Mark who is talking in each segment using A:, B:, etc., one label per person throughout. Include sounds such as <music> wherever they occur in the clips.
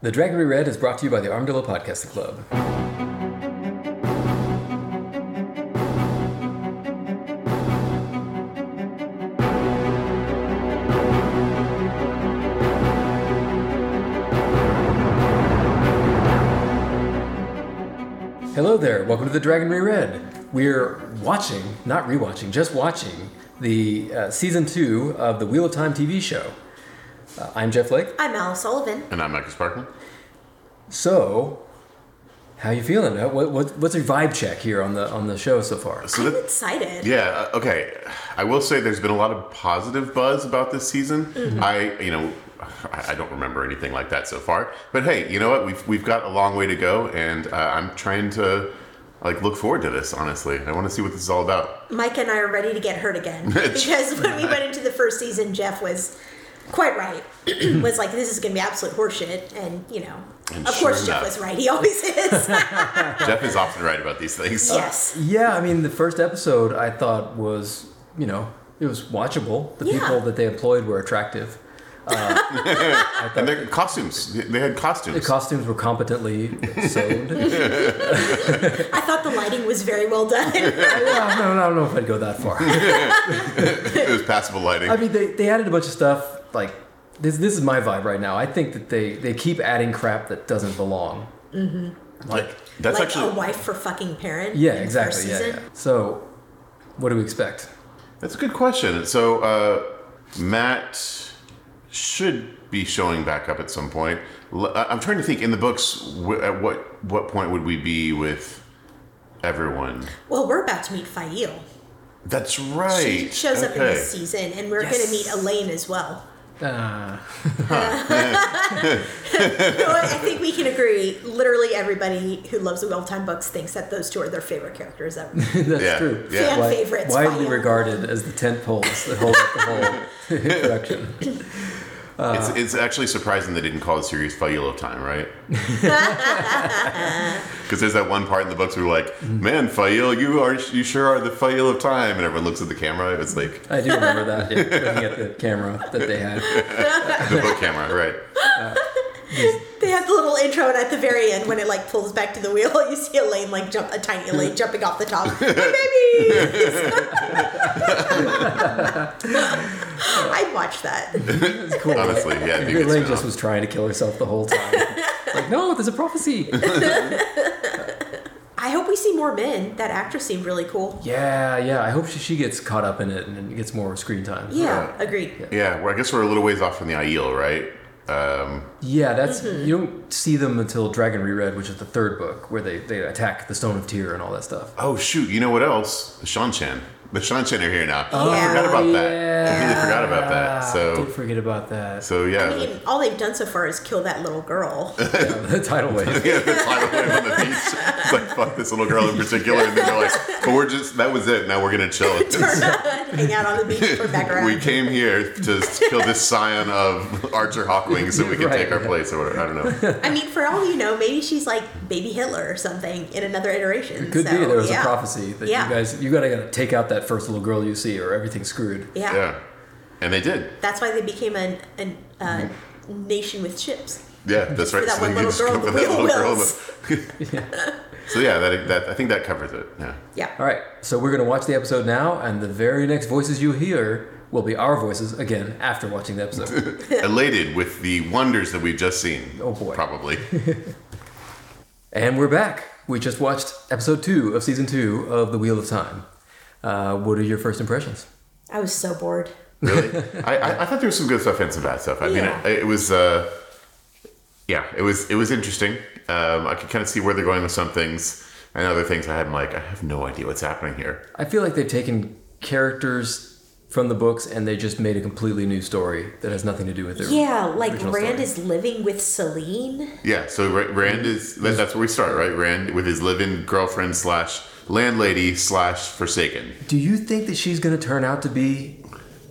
A: The Dragon Red is brought to you by the Armadillo Podcast Club. Hello there, welcome to the Dragon Reread. We're watching, not rewatching, just watching the uh, season two of the Wheel of Time TV show. Uh, I'm Jeff Lake.
B: I'm Alice Sullivan.
C: And I'm Michael Sparkman.
A: So, how you feeling? Uh, What, what, what's your vibe check here on the on the show so far?
C: So
B: I'm
C: that,
B: excited.
C: yeah, uh, okay. I will say there's been a lot of positive buzz about this season. I, you know, I I don't remember anything like that so far. But hey, you know what? We've we've got a long way to go, and uh, I'm trying to like look forward to this. Honestly, I want to see what this is all about.
B: Mike and I are ready to get hurt again
C: <laughs>
B: because when we went into the first season, Jeff was quite right. <clears throat> was like, "This is going to be absolute horseshit," and you know,
C: And
B: of
C: sure
B: course, Jeff
C: enough.
B: was right. He always
C: <laughs>
B: is. <laughs>
C: Jeff is often right about these things.
B: yes.
A: Yeah, I mean, the first episode I thought was, you know, it was watchable. The
B: Yeah.
A: people that they employed were attractive.
C: and their costumes. They had costumes.
A: The costumes were <laughs> competently
B: <laughs>
A: sewn.
B: I thought the lighting was very well done.
A: yeah, no, no, I don't know if I'd go that far.
C: it was passable lighting.
A: I mean, they, they added a bunch of stuff. Like this, this is my vibe right now. I think that they they keep adding crap that doesn't belong.
C: like that's
B: like
C: actually
B: a wife for fucking parent.
A: Yeah,
B: in Mm-hmm. the
A: exactly.
B: first
A: Yeah, yeah.
B: season.
A: So, what do we expect?
C: That's a good question. So uh, Matt should be showing back up at some point. L- I- I'm trying to think in the books wh- at what what point would we be with everyone?
B: Well, we're about to meet Fail.
C: That's
B: She
C: right.
B: shows up in
C: Okay.
B: this season, and we're going to meet Elaine as well.
A: Uh,
B: <laughs> You know what? I think we can agree. Literally, everybody who loves the Wheel of Time books thinks that those two are their favorite characters ever.
A: that's
C: Yeah,
A: true.
C: yeah. Fan
A: Wi-
B: favorites,
A: widely
B: Faya.
A: regarded as the tent poles that hold up the whole <laughs> production.
C: It's, it's actually surprising they didn't call the series Fayulo Time,
B: <laughs>
C: right? <laughs> Because there's that one part in the books where we're like, "Man, Fayil, you are you sure are the Fayil of Time," and everyone looks at the camera. It's like
A: I do remember that. Yeah, looking at the camera that they
C: <laughs>
A: had.
C: the book camera, right?
B: They have the little intro, and at the very end, when it like pulls back to the wheel, <laughs> you see Elaine like jump a tiny
C: <laughs>
B: Elaine jumping off the top. My baby! <laughs> I'd watch that.
A: It's cool. right?
C: Honestly, yeah. I think it's
A: Elaine
C: been
A: just
C: off.
A: was trying to kill herself the whole
B: <laughs>
A: time. like, no, there's a prophecy.
B: I hope we see more men. That actress seemed really cool.
A: yeah, yeah. I hope she, she gets caught up in it and gets more screen time.
B: Yeah, agreed.
C: Yeah, well, I guess we're a little ways off from the IEL, right? Um,
A: Yeah, that's
B: Mm-hmm.
A: you don't see them until Dragon Reread, which is the third book, where they, they attack the Stone of Tear and all that stuff.
C: oh shoot, you know what else? The Shan Chan. The Shan Chan are here now.
B: Yeah.
C: I forgot about that. I
A: Oh, Yeah.
C: really forgot about that.
A: I did
C: So
A: forget about that.
C: so yeah. <laughs>
B: I mean, all they've done so far is kill that little girl. <laughs>
A: Yeah, <laughs> the tidal wave.
C: yeah, the tidal wave on the beach. It's like fuck this little girl in particular, and then they're like, "But we're just that was it. Now we're gonna chill."
B: Turn around, Hang out on the beach for back around.
C: we came here to kill this scion of Archer Hawkwing so we can
A: Right,
C: take our
A: yeah.
C: place or whatever. I don't know.
B: I mean, for all you know, maybe she's like baby Hitler or something in another iteration.
A: Could
B: so,
A: be there was
B: yeah.
A: a prophecy that
B: Yeah.
A: you guys you gotta gotta take out that first little girl you see or everything's screwed.
B: Yeah.
C: Yeah, and they did.
B: That's why they became an, an uh,
A: Mm-hmm.
B: nation with chips.
C: Yeah, that's right.
B: that
C: they
B: one
C: can
B: little
C: just
B: girl
C: cover
B: with the wheel
C: in the- so <laughs> yeah, that, that I think that covers it. Yeah.
B: Yeah.
A: All right, so we're gonna watch the episode now, and the very next voices you hear will be our voices again after watching the episode.
C: elated with the wonders that we've just seen.
A: Oh, boy. <laughs>
C: Probably.
A: and we're back. We just watched episode two of season two of The Wheel of Time. Uh, what are your first impressions?
B: I was so bored.
C: really? I, I, I thought there was some good stuff and some bad stuff. I
B: Yeah.
C: mean, it, it was. Uh, yeah, it was. It was interesting. Um, I could kind of see where they're going with some things and other things. I had like, I have no idea what's happening here.
A: I feel like they've taken characters from the books and they just made a completely new story that has nothing to do with their
B: Yeah, like
A: original
B: Rand
A: story.
B: is living with Celine.
C: Yeah. So Ra- Rand is. That, that's where we start, right? Rand with his live-in girlfriend slash landlady slash forsaken.
A: Do you think that she's going to turn out to be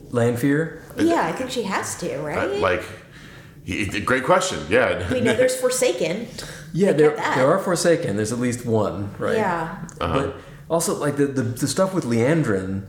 A: Lanfear?
B: Yeah, I think she has to,
C: Uh,
B: right?
C: like, he, great question. Yeah. <laughs>
B: we know there's Forsaken.
A: Yeah, there
B: that.
A: there are Forsaken. There's at least one, right?
B: Yeah.
C: Uh-huh.
A: But also, like the, the the stuff with Leandrin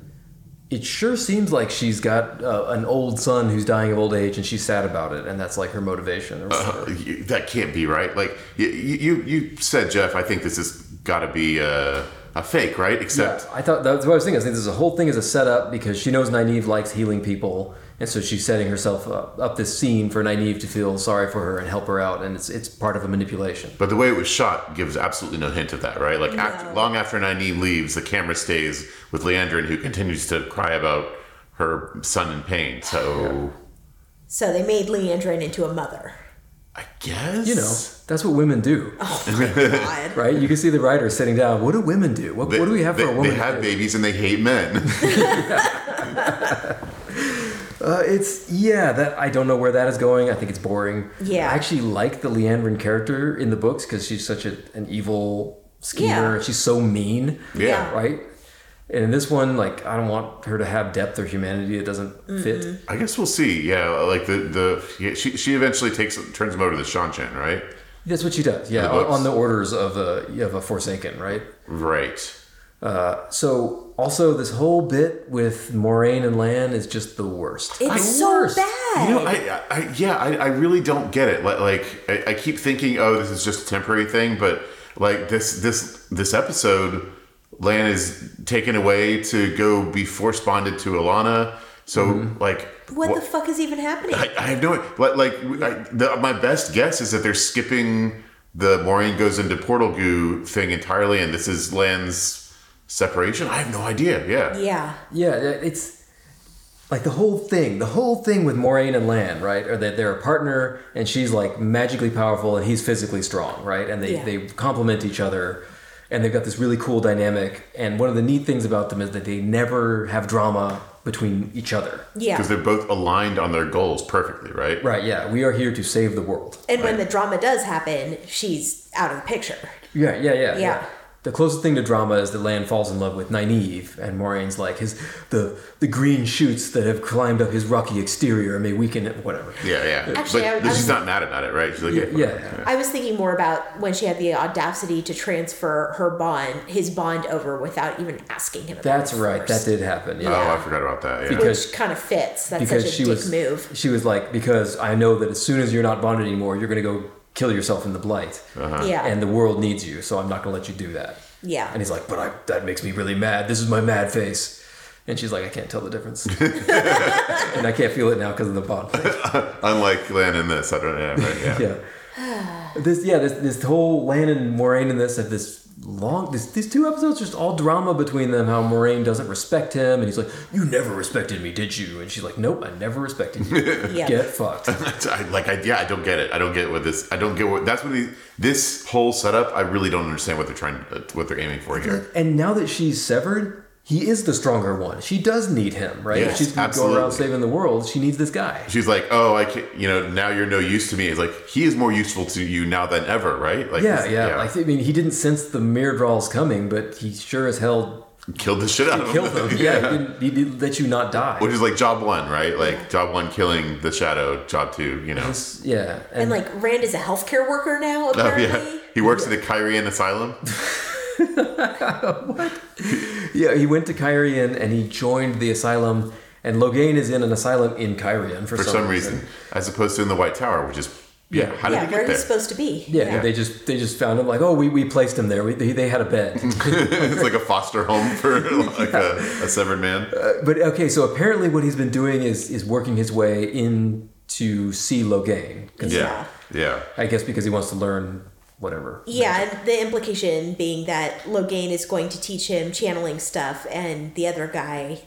A: it sure seems like she's got uh, an old son who's dying of old age and she's sad about it and that's like her motivation or
C: Uh-huh.
A: whatever.
C: You- That can't be right. Like you, you, you said, Jeff. I think this has got to be a, a fake, right? Except
A: Yeah, I thought that's what I was thinking. I think this whole thing is a setup because she knows Nynaeve likes healing people, and so she's setting herself up, up this scene for Nynaeve to feel sorry for her and help her out, and it's it's part of a manipulation.
C: But the way it was shot gives absolutely no hint of that, right? Like, after,
B: No.
C: long after Nynaeve leaves, the camera stays with Leandrin, who continues to cry about her son in pain. So,
B: So they made Leandrin into a
C: <laughs>
B: mother.
C: I guess.
A: You know, that's what women do,
B: Oh God.
A: right? You can see the writer sitting down. What do women do? What,
C: They-
A: what do we have
C: they,
A: for a woman?
C: They
A: to
C: have
A: do?
C: babies and they hate men. <laughs>
A: Uh, it's yeah. That I don't know where that is going. I think it's boring.
B: Yeah.
A: I actually like the Leandrin character in the books because she's such a, an evil schemer.
B: Yeah.
A: She's so mean.
C: Yeah.
A: right? And in this one, like, I don't want her to have depth or humanity that doesn't fit.
C: I guess we'll see. Yeah, like the the yeah, she she eventually takes turns him over to the Shanchen, right?
A: That's what she does, yeah,
C: the
A: on,
C: books.
A: on the orders of a of a Forsaken, right?
C: Right.
A: Uh, so also this whole bit with Moraine and Lan is just the worst.
B: It's
A: The
B: so
A: worst.
B: bad.
C: You know, I, I, I yeah, I, I really don't get it. Like, like I, I keep thinking, oh, this is just a temporary thing, but like this, this, this episode, Lan is taken away to go be force bonded to Alana. So, like,
B: what,
C: wha-
B: the fuck is even happening?
C: I, I have no like. like I, the, my best guess is that they're skipping the Maureen goes into portal goo thing entirely, and this is Lan's separation. I have no idea. Yeah.
B: yeah.
A: Yeah, yeah, it's like the whole thing, the whole thing with Moraine and Lan, right? Or that they're a partner and she's like magically powerful and he's physically strong, right? And they,
B: Yeah.
A: they complement each other and they've got this really cool dynamic. And one of the neat things about them is that they never have drama between each other.
B: Yeah.
C: Because they're both aligned on their goals perfectly, right?
A: Right, yeah, we are here to save the world.
B: And when the drama does happen, she's out of the picture.
A: Yeah, yeah, yeah, yeah.
B: Yeah.
A: The closest thing to drama is that Lan falls in love with Nynaeve, and Moraine's like his the the green shoots that have climbed up his rocky exterior and may weaken it, whatever.
C: Yeah, yeah.
B: Actually, I-
C: but
B: I
C: she's
B: was-
C: not mad about it, right? She's like, yeah,
A: yeah,
C: whatever.
A: yeah.
B: I was thinking more about when she had the audacity to transfer her bond, his bond over without even asking him. About
A: That's
B: it
A: right. That
B: first.
A: did happen. Yeah.
C: Oh, I forgot about that. Yeah.
A: Because-
B: Which kind of fits. That's such
A: because
B: a
A: she
B: dick
A: was
B: move.
A: she was like because I know that as soon as you're not bonded anymore, you're gonna go kill yourself in the blight,
C: Uh,
B: Yeah.
A: and the world needs you, so I'm not gonna let you do that.
B: Yeah.
A: And he's like, but I, that makes me really mad. This is my mad face. And she's like, I can't tell the
B: <laughs>
A: difference, and I can't feel it now because of the bond. Thing.
C: Unlike Lan in this, I don't know. Yeah,
B: <laughs>
C: right, yeah.
A: Yeah. This yeah this this whole Lan and Moraine and this have this long this, these two episodes just all drama between them how Moraine doesn't respect him and he's like you never respected me did you and she's like nope I never respected
B: <laughs>
A: you
B: Yeah.
A: get fucked
C: I, like, I, yeah, I don't get it. I don't get what this. I don't get what that's what these, this whole setup. I really don't understand what they're trying, uh, what they're aiming for here.
A: And now that she's severed, he is the stronger one. She does need him, right?
C: Yes,
A: if she's gonna go around
C: absolutely.
A: saving the world, she needs this guy.
C: She's like, oh, I can't, you know, now you're no use to me. It's like, he is more useful to you now than ever, right? Like,
A: Yeah,
C: this-
A: yeah. Like, I mean, he didn't sense the mirror draws coming, but he sure as hell
C: killed the shit out of him.
A: killed
C: <laughs>
A: them. yeah, he didn't, he didn't let you not die.
C: Which is like job one, right? Like, job one killing the shadow, job two, you know.
A: It's- yeah,
B: And like Rand is a healthcare worker now,
C: Oh,
B: apparently.
C: yeah. He works at a Kyrian asylum.
A: yeah, he went to Kyrian and he joined the asylum. And Logain is in an asylum in Kyrian for,
C: for some reason, as opposed to in the White Tower, which is yeah.
A: Yeah.
C: How did
B: Yeah,
C: they
B: where
C: get there?
B: he's supposed to be.
A: Yeah, they just they just found him like, oh, we, we placed him there. We, they, they had a bed.
C: <laughs> Uh, it's like a foster home
B: <laughs>
C: for like a, a severed man.
B: Uh,
A: But okay, so apparently what he's been doing is is working his way in to see Logain.
C: yeah, yeah,
A: I guess because he wants to learn whatever.
B: Yeah, and the implication being that Logain is going to teach him channeling stuff, and the other guy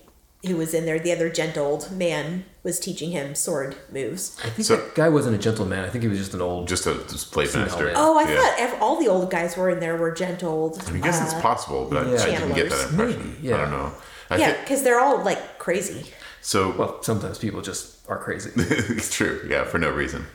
B: who was in there, the other gentled man, was teaching him sword moves.
A: I think
C: So-
A: that guy wasn't a gentleman. I think he was just an old.
C: just a just playmaster.
A: Senile.
B: Oh, I
C: yeah.
B: thought ev- all the old guys were in there were gentled.
C: I guess it's possible, but I-
A: yeah.
C: I, didn't get that
B: Channelers.
C: impression.
A: Maybe, yeah.
C: I don't know. I
B: uh, Yeah,
C: thi-
B: because they're all like crazy.
C: so
A: well, sometimes people just are
C: <laughs>
A: crazy.
C: it's true. Yeah, for no reason.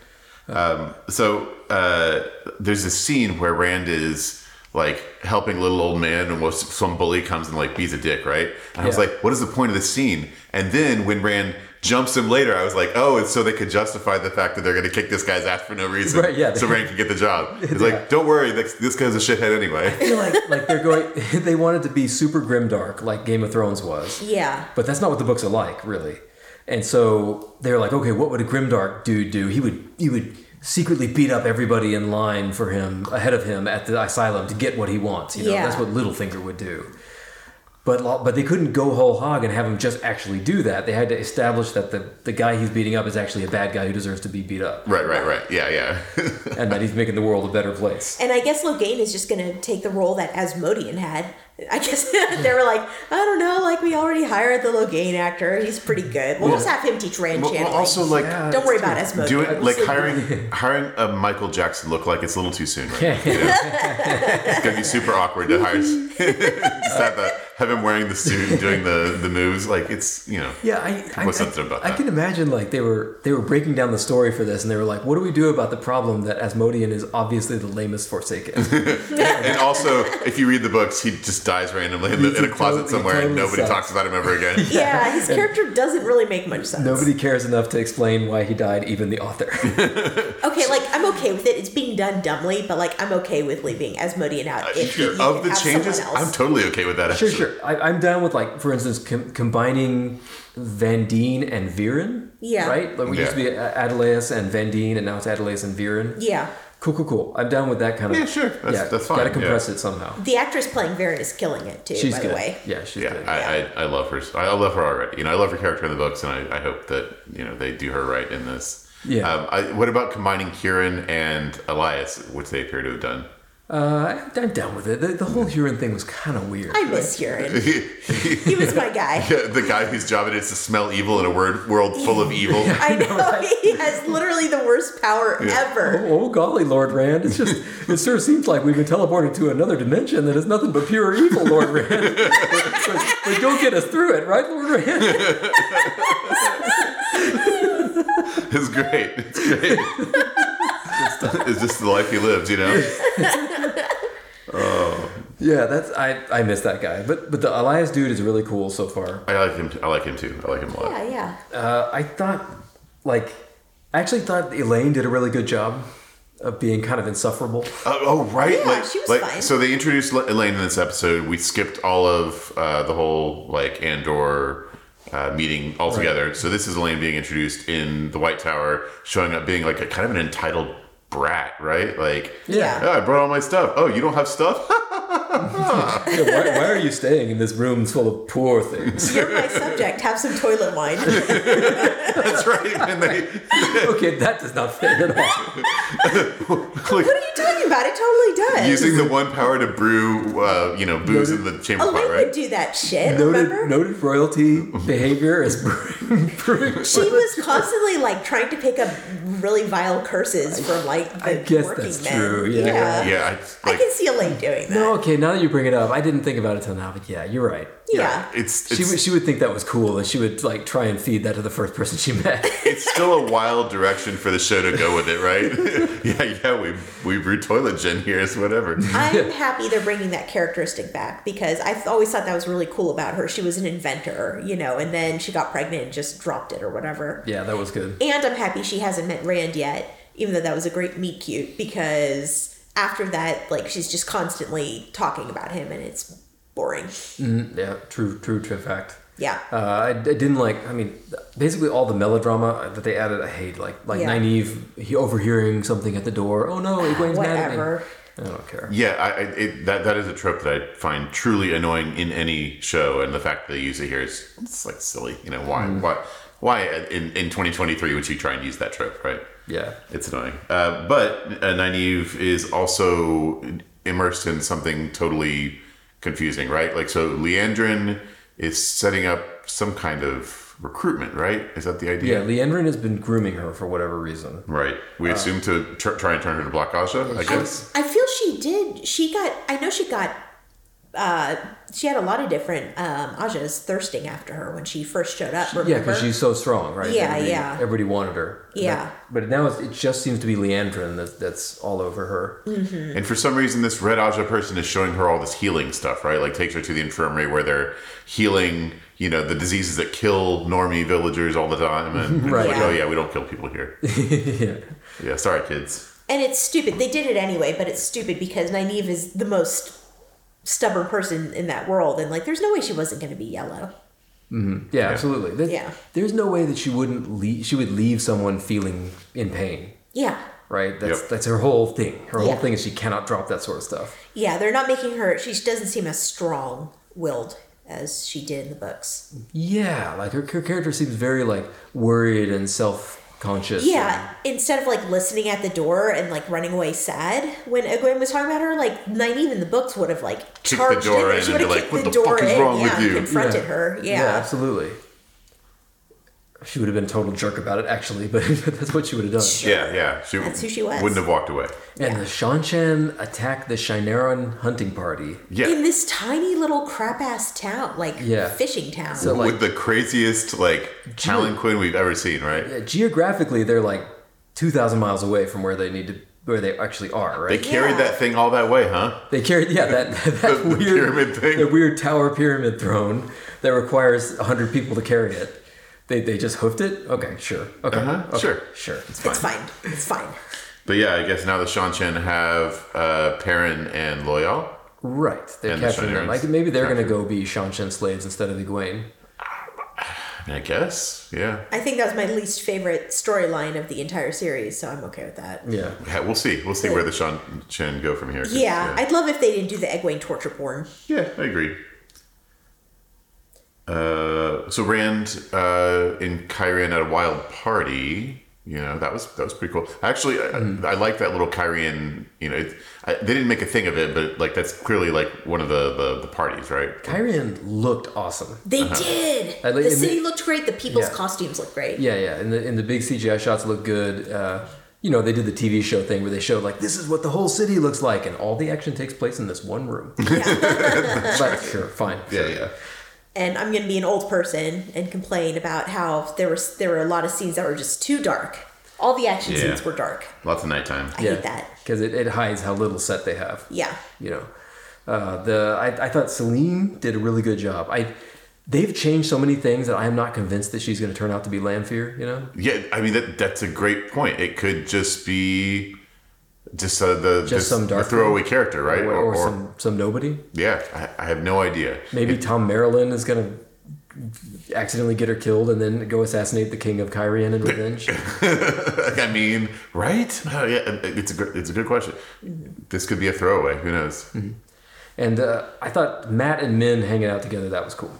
C: Um, so uh, there's this scene where Rand is like helping little old man, and was- some bully comes and like beats a dick, right? And I was
A: Yeah.
C: like, what is the point of this scene? And then when Rand jumps him later. I was like, oh, it's so they could justify the fact that they're going to kick this guy's ass for no reason.
A: Right, yeah.
C: So Rain can get the <laughs> job. It's like, don't worry, this, this guy's a shithead anyway. <laughs>
A: feel like like they're going. <laughs> They wanted to be super grimdark, like Game of Thrones was,
B: Yeah.
A: but that's not what the books are like, really. And so they were like, okay, what would a grimdark dude do? He would he would secretly beat up everybody in line for him ahead of him at the asylum to get what he wants. You know,
B: Yeah.
A: that's what Littlefinger would do. But lo- but they couldn't go whole hog and have him just actually do that. They had to establish that the the guy he's beating up is actually a bad guy who deserves to be beat up,
C: right, right, right. Yeah, yeah.
A: and that he's making the world a better place.
B: And I guess Loghain is just going to take the role that Asmodean had. I guess <laughs> they were like, I don't know, like we already hired the Loghain actor. He's pretty good. We'll just have him teach Rand
C: well, well,
B: channeling.
C: also, like,
A: Yeah.
B: don't worry about Asmodean.
C: doing like
B: We'll see.
A: <laughs>
C: hiring hiring a Michael Jackson look like it's a little too soon. Right?
A: Yeah.
C: now, you know? it's gonna be super awkward to hire. <laughs> just have, the, have him wearing the suit and doing the the moves. Like it's you know.
A: Yeah, I, I,
C: What's
A: I,
C: sensitive about
A: I
C: that?
A: can imagine like they were they were breaking down the story for this, and they were like, "What do we do about the problem that Asmodean is obviously the lamest
C: <laughs>
A: Forsaken?"
C: And also, if you read the books, he just dies randomly in, the, in a
A: He
C: closet
A: totally-
C: somewhere, and
A: totally
C: nobody
A: sucks.
C: talks about him ever again.
A: <laughs>
B: Yeah, his character doesn't really make much sense.
A: Nobody cares enough to explain why he died, even the
C: <laughs>
A: author.
B: Okay, like I'm okay with it. It's being done dumbly, but like I'm okay with leaving Asmodean out. If
C: Sure.
B: you can
C: Uh, Of the
B: have someone
C: changes,
B: else.
C: I'm totally okay with that.
A: sure,
C: Actually.
A: sure. I, I'm down with like, for instance, com- combining Van Deen and Viren.
B: Yeah.
A: Right. Like we used to be A- Adelaus and Van Deen, and now it's Adelaus and Viren.
B: yeah,
A: Cool, cool, cool. I'm down with that kind of.
C: Yeah, sure. That's- that's fine,
A: Gotta
C: yeah.
A: compress it somehow.
B: the actress playing Varen is killing it too.
A: She's
B: by
A: good.
B: the way,
A: Yeah, she's
C: Yeah,
A: good.
C: I, I, I love her. I love her already. You know, I love her character in the books, and I, I hope that you know they do her right in this.
A: Yeah.
C: Um, I, what about combining Kieran and Elias, which they appear to have done? <laughs>
A: uh, I- I'm down with it. The, the whole Huron thing was kind of weird.
B: I miss Huron.
C: the
B: He was my
C: <laughs>
B: guy.
C: guy whose job it is to smell evil in a word, world full of evil. <laughs>
B: I know <laughs> he has literally the worst power ever.
A: Oh, golly, Lord Rand. It's <laughs> just, it sure seems like we've been teleported to another dimension that is nothing but pure evil, Lord <laughs> Rand. but, but don't get us through it, right, Lord Rand?
C: It's great. It's
A: <laughs>
C: great. it's just the life he lives, you know.
A: yeah, that's I, I miss that guy. But but the Elias dude is really cool so far.
C: I like him. T- I like him too. I like him a lot.
B: Yeah, yeah.
A: Uh, I thought, like, I actually thought Elaine did a really good job of being kind of insufferable.
C: Uh, oh right,
B: Yeah,
C: like,
B: she was
C: like-
B: fine.
C: so they introduced L- Elaine in this episode. We skipped all of uh, the whole like Andor uh, meeting altogether. So this is Elaine being introduced in the White Tower, showing up being like a kind of an entitled brat, right? Like,
B: Yeah.
C: "Oh, I brought all my stuff. Oh, you don't have stuff?
A: <laughs>
C: <laughs>
A: Yeah, why, why are you staying in this room full of poor <laughs> things?
B: You're my subject. Have some toilet wine.
C: That's right. And they
B: <laughs>
A: okay, that does not fit at all.
C: like,
B: What are you talking about? It totally does. <laughs>
C: using the one power to brew, uh, you know, booze in the chamber pot,
B: Elaine would
C: right?
B: do that shit. remember?
A: Noted, noted royalty behavior is <laughs> brewing.
B: She was constantly like trying to pick up really vile curses from like the
A: guess
B: working
A: that's
B: men.
A: true, yeah.
B: yeah.
C: Yeah,
B: I
C: I, like
B: can see Elaine doing that.
A: No, okay, now that you bring it up, I didn't think about it till now, but yeah, you're right.
B: yeah.
C: it's,
A: She
C: it's
A: would, she would think that was cool, and she would like try and feed that to the first person she
B: <laughs>
A: met.
C: it's still a wild direction for the show to go with it, right? <laughs> yeah, yeah, we we brew toilet gin here, it's whatever.
B: I'm happy they're bringing that characteristic back because I th- always thought that was really cool about her. She was an inventor, you know, and then she got pregnant and just dropped it or whatever.
A: yeah, that was good.
B: And I'm happy she hasn't met Rand yet, even though that was a great meet cute because after that, like, she's just constantly talking about him and it's boring.
A: Yeah, true, true, true fact.
B: Yeah.
A: Uh, I, I didn't like. I mean, basically all the melodrama that they added, I hate. Like, like
B: Yeah.
A: naive he overhearing something at the door. Oh no, Egwene's mad at me.
B: Whatever.
A: I don't care.
C: Yeah, I, I, it, that that is a trope that I find truly annoying in any show, and the fact that they use it here is it's like silly. You know why why why in in 2023 would you try and use that trope, right?
A: Yeah,
C: It's annoying. Uh, but uh, Nynaeve is also immersed in something totally confusing, right? Like, so Leandrin is setting up some kind of recruitment, right? Is that the
A: yeah. Uh,
C: idea?
A: Leandrin has been grooming her for whatever reason.
C: Right. We assume to tr- try and turn her to Black Asha, I guess.
B: I feel she did. She got. I know she got uh, she had a lot of different um, Aja's thirsting after her when she first showed up.
A: Yeah,
B: Remember?
A: because she's so strong, right?
B: Yeah,
A: everybody,
B: yeah.
A: Everybody wanted her.
B: Yeah.
A: But, but now it's, it just seems to be Leandrin that, that's all over her.
C: And for some reason, this red Aja person is showing her all this healing stuff, right? Like takes her to the infirmary where they're healing, you know, the diseases that kill normie villagers all the
A: <laughs>
C: time. And, and
A: Right.
C: like,
B: Yeah.
C: oh yeah, we don't kill
A: <laughs>
C: people here.
A: yeah.
C: yeah, sorry, kids.
B: and it's stupid. They did it anyway, but it's stupid because Nynaeve is the most stubborn person in that world, and like, there's no way she wasn't going to be yellow.
A: Yeah, absolutely. That-
B: Yeah.
A: There's no way that she wouldn't leave, she would leave someone feeling in pain,
B: Yeah,
A: right? That's
C: Yep.
A: that's her whole thing. Her
B: Yeah.
A: whole thing is she cannot drop that sort of stuff.
B: yeah. They're not making her. She doesn't seem as strong-willed as she did in the books.
A: Yeah, like her, her character seems very like worried and self-conscious.
B: Yeah, instead of like listening at the door and like running away sad when Egwene was talking about her, like Nynaeve in the books would have like
C: the
B: charged
C: door
B: in.
C: in
B: She
C: and
B: would
C: be
B: have
C: like,
B: kicked
C: "What
B: the
C: the fuck
B: door
C: is
B: in.
C: wrong with
B: yeah,
C: you?"
B: and confronted her. Yeah.
A: absolutely. She would have been a total jerk about it, actually, <laughs> but that's what she would have done.
C: Yeah, yeah. She,
B: That's who she was.
C: Wouldn't have walked away.
A: And the Shanchan attack the Shineron hunting party.
C: Yeah.
B: in this tiny little crap ass town, like
A: Yeah.
B: fishing town.
A: So, like-
C: With the craziest like Talon Quinn we've ever seen, right?
A: Yeah, geographically, they're like two thousand miles away from where they need to, where they actually are.
C: They
A: Right?
C: carried
B: Yeah.
C: that thing all that way, huh?
A: They, carried, yeah,
C: <laughs>
A: that, that
C: The- the
A: weird
C: pyramid thing.
A: the weird tower pyramid throne that requires hundred people to carry it. They, they just hoofed it. Okay, sure. Okay,
C: Uh-huh,
A: okay,
C: sure.
A: sure. It's
B: it's fine. It's fine.
C: But yeah, I guess now the Shanchen have uh, Perrin and Loyal.
A: right. They're
C: And the
A: capturing them.
C: Shinerans.
A: Like maybe they're gonna go be Shanshan slaves instead of Egwene.
C: I mean, I guess, yeah.
B: I think that was my least favorite storyline of the entire series, so I'm okay with that.
A: Yeah.
C: Yeah, We'll see. We'll see where the Shanchen go from here. 'cause,
B: Yeah, I'd love if they didn't do the Egwene torture porn.
C: Yeah, I agree. Uh, so Rand uh, and Kyrian at a wild party. You know that was that was pretty cool. Actually, I, I like that little Kyrian. You know, it, I, they didn't make a thing of it, but like that's clearly like one of the the, the parties, right?
A: Kyrian looked awesome.
B: They did.
A: Uh-huh. I like-
B: the
A: and
B: city
A: the-
B: looked great. The people's
A: Yeah.
B: costumes looked great.
A: Yeah, yeah. And the and the big CGI shots look good. Uh, you know, they did the TV show thing where they showed like this is what the whole city looks like, and all the action takes place in this one room. <laughs> but sure, fine.
C: Yeah, yeah.
B: And I'm gonna be an old person and complain about how there was there were a lot of scenes that were just too dark. All the action
C: Yeah.
B: scenes were dark.
C: Lots of nighttime.
B: I hate that.
A: because it, it hides how little set they have.
B: Yeah.
A: You know, uh, the I, I thought Celine did a really good job. I they've changed so many things that I am not convinced that she's going to turn out to be Lanfear. You know,
C: Yeah, I mean that that's a great point. It could just be just uh, the just,
A: some
C: the
A: dark
C: throwaway character, right?
A: or, or some some nobody.
C: yeah, I, I have no idea.
A: Maybe Tom Marilyn is going to accidentally get her killed and then go assassinate the king of Kyrian in revenge.
C: I mean, right? <laughs> Oh, yeah, it's a good, it's a good question. This could be a throwaway. Who knows?
A: And uh, I thought Matt and Min hanging out together that was cool.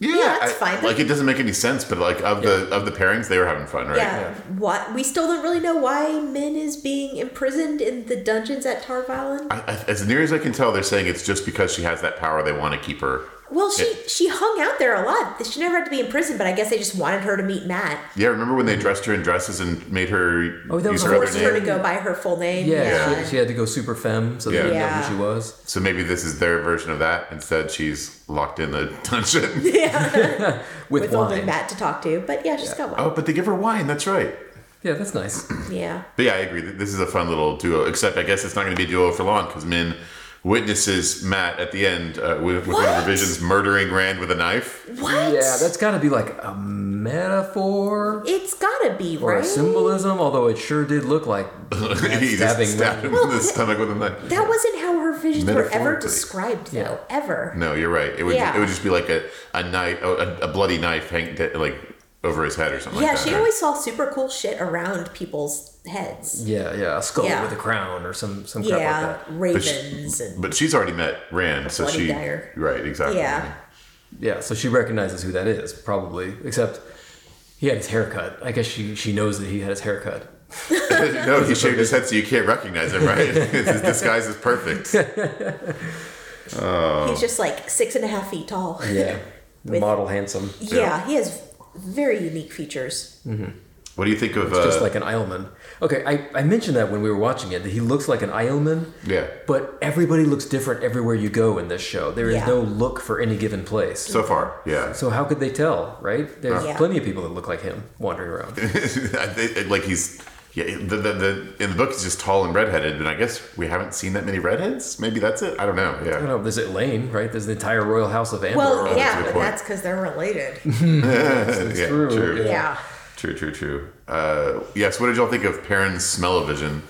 C: Yeah,
B: that's
C: I-
B: fine.
C: Like it doesn't make any sense, but like of the of the pairings, they were having fun, right?
B: Yeah. What we still don't really know why Min is being imprisoned in the dungeons at Tarvalen.
C: I, I, as near as I can tell, they're saying it's just because she has that power. They want to keep her.
B: Well, she she hung out there a lot. She never had to be in prison, but I guess they just wanted her to meet Matt.
C: Yeah, remember when they dressed her in dresses and made her
A: Oh, that
C: use
A: was
C: her
A: the
C: other
B: Forced
A: first
B: her to
C: name?
B: go by her full name.
A: Yeah, She, she had to go super femme so they
C: Yeah.
A: didn't know
B: Yeah.
A: who she was.
C: So maybe this is their version of that. Instead, she's locked in the dungeon.
A: With,
B: with only
A: wine.
B: Matt to talk to. But yeah, she's got one.
C: oh, but they give her wine. That's right.
A: Yeah, that's nice.
B: Yeah.
C: But yeah, I agree. Th- This is a fun little duo. Except I guess it's not going to be a duo for long because Min witnesses Matt at the end uh, with, with one of
B: What?
C: her visions murdering Rand with a knife. <laughs>
B: What?
A: Yeah, that's got to be like a metaphor
B: it's gotta be
A: or
B: right.
A: a symbolism, although it sure did look like <clears throat> Matt
C: he
A: stabbing
C: just stabbed
A: Matt.
C: him in the stomach with
B: <laughs>
C: a knife.
B: That wasn't how her visions were ever
C: Metaphorically.
B: described, though.
A: Yeah.
B: Ever.
C: No, you're right. It would
B: Yeah.
C: it would just be like a a knife, a, a bloody knife hanged da- like over his head or something.
B: yeah,
C: like that,
B: she
C: right?
B: always saw super cool shit around people's heads.
A: Yeah, yeah, a skull
B: Yeah.
A: with a crown or some some crap like
B: Yeah,
A: that.
C: But, she-
B: ravens and
C: but she's already met Rand, so
B: bloody
C: she
B: dagger.
C: right exactly.
B: yeah.
A: Yeah, so she recognizes who that is probably, except he had his haircut. I guess she she knows that he had his haircut.
C: <laughs> no, he shaved his head so you can't recognize him, right? <laughs> his disguise is perfect.
A: <laughs>
C: Oh.
B: He's just like six and a half feet tall.
A: Yeah,
B: With- <laughs>
A: model handsome.
B: Yeah, he has very unique features.
C: What do you think of?
A: It's just
C: uh,
A: like an Isleman. Okay, I, I mentioned that when we were watching it that he looks like an Isleman.
C: Yeah.
A: But everybody looks different everywhere you go in this show. There is
B: Yeah.
A: no look for any given place. So,
C: so far, yeah.
A: how could they tell, right? There's
B: Yeah.
A: plenty of people that look like him wandering around.
C: <laughs> I think- like he's yeah. The, the, the in the book he's just tall and redheaded, and I guess we haven't seen that many redheads. Maybe that's it. I don't know.
A: I
C: Yeah.
A: don't know. There's Elaine, right? There's the entire royal house of Andor.
B: Well,
C: that's a
B: yeah,
C: good
B: but
C: point.
B: that's because they're
C: <laughs>
B: related.
C: yeah,
A: true,
C: True.
A: yeah.
B: yeah.
C: True. True. True. Uh, yes. What did y'all think of Perrin's smell-o-vision?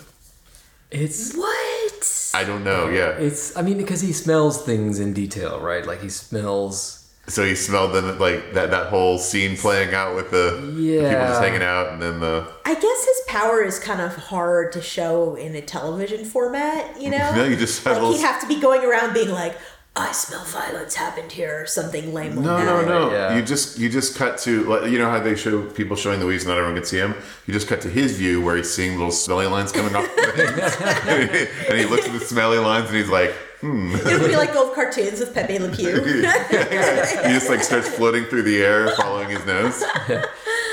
A: It's
B: What?
C: I don't know. Yeah.
A: it's. I mean, because he smells things in detail, right? Like he smells.
C: So he smelled them like that. That whole scene playing out with the the people
A: Yeah.
C: just hanging out, and then the
B: I guess his power is kind of hard to show in a television format,
C: <laughs>
B: you know?
C: No, you just have
B: like
C: all-
B: he'd have to be going around being like, I smell violence happened here, or something lame like
C: No,
B: that.
C: no, no.
A: Yeah.
C: You just you just cut to like, you know how they show people showing the weaves, not everyone can see him. You just cut to his view where he's seeing little smelly lines coming off, the things. <laughs> and he looks at the smelly lines and he's like,
B: It would be like old cartoons with Pepe Le Pew.
C: he just like starts floating through the air, following his nose.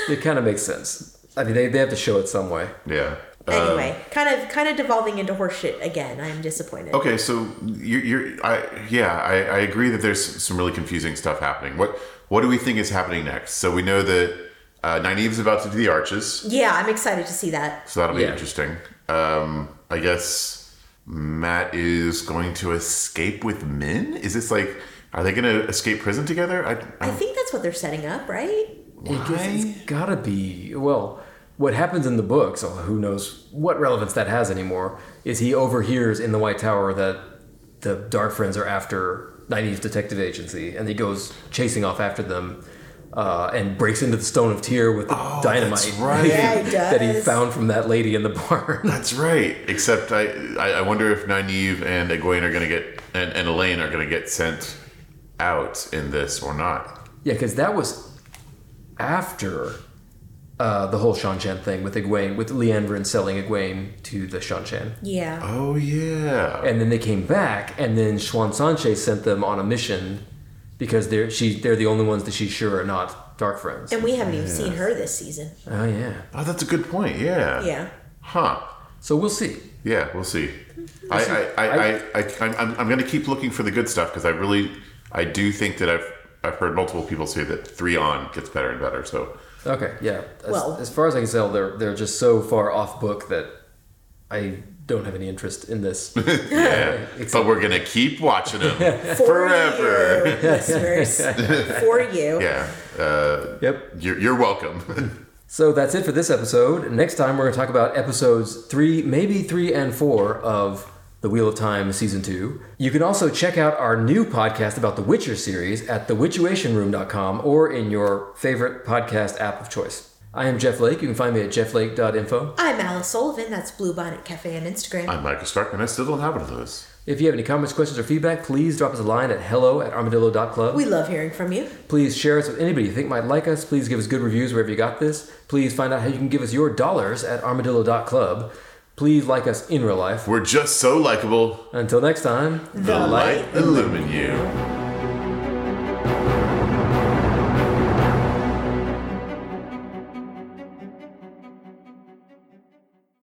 A: It kind of makes sense. I mean, they, they have to show it some way.
C: Yeah. <laughs> Uh,
B: anyway, kind of kind of devolving into horseshit again. I'm disappointed.
C: okay, so you're, you're I yeah, I, I agree that there's some really confusing stuff happening. What what do we think is happening next? So we know that uh, Nynaeve's about to do the arches.
B: Yeah, I'm excited to see that.
C: So that'll be
A: Yeah.
C: interesting. Um, I guess Matt is going to escape with Min. Is this like? Are they going to escape prison together? I,
B: I
C: I,
B: think that's what they're setting up, right?
A: It gets, it's gotta be well. What happens in the books, although who knows what relevance that has anymore, is he overhears in the White Tower that the Dark Friends are after Nynaeve's detective agency, and he goes chasing off after them uh, and breaks into the Stone of Tear with the dynamite
C: that's right.
B: Yeah,
A: <laughs>
B: he
A: that he
B: does.
A: found from that lady in the barn. <laughs>
C: that's right. Except I, I, I wonder if Nynaeve and Egwene are going to get and, and Elaine are going to get sent out in this or not.
A: yeah, because that was after uh, the whole Shan Chan thing with Egwene, with Leandrin selling Egwene to the Shan Chan.
B: Yeah.
C: Oh yeah.
A: and then they came back, and then Juan Sanchez sent them on a mission because they're she they're the only ones that she's sure are not dark friends.
B: And we haven't even seen her this season.
A: Oh yeah,
C: Oh, that's a good point. Yeah. <laughs>
B: Yeah.
C: Huh.
A: so we'll see.
C: Yeah, we'll see. I, I, I, I, I, I'm- I'm, I'm going to keep looking for the good stuff because I really, I do think that I've, I've heard multiple people say that three on gets better and better. So
A: Okay, yeah. As,
B: Well-
A: as far as I can tell, they're they're just so far off book that I don't have any interest in this.
C: yeah, but we're going to keep watching them.
B: For
C: Forever.
B: you,
C: <laughs>
B: listeners. For you.
C: yeah, uh,
A: yep.
C: you're, you're welcome. <laughs>
A: So that's it for this episode. Next time we're going to talk about episodes three, maybe three and four of The Wheel of Time season two. You can also check out our new podcast about the Witcher series at thewitchuationroom.com or in your favorite podcast app of choice. I am Jeff Lake. You can find me at jefflake.info.
B: I'm Alice Sullivan. That's Blue Bonnet Cafe on Instagram.
C: I'm Michael Stark, and I still don't have one of those.
A: If you have any comments, questions, or feedback, please drop us a line at hello at armadillo.club.
B: we love hearing from you.
A: Please share us with anybody you think might like us. Please give us good reviews wherever you got this. Please find out how you can give us your dollars at armadillo.club. Please like us in real life.
C: We're just so likable.
A: Until next time,
C: The light illumine you.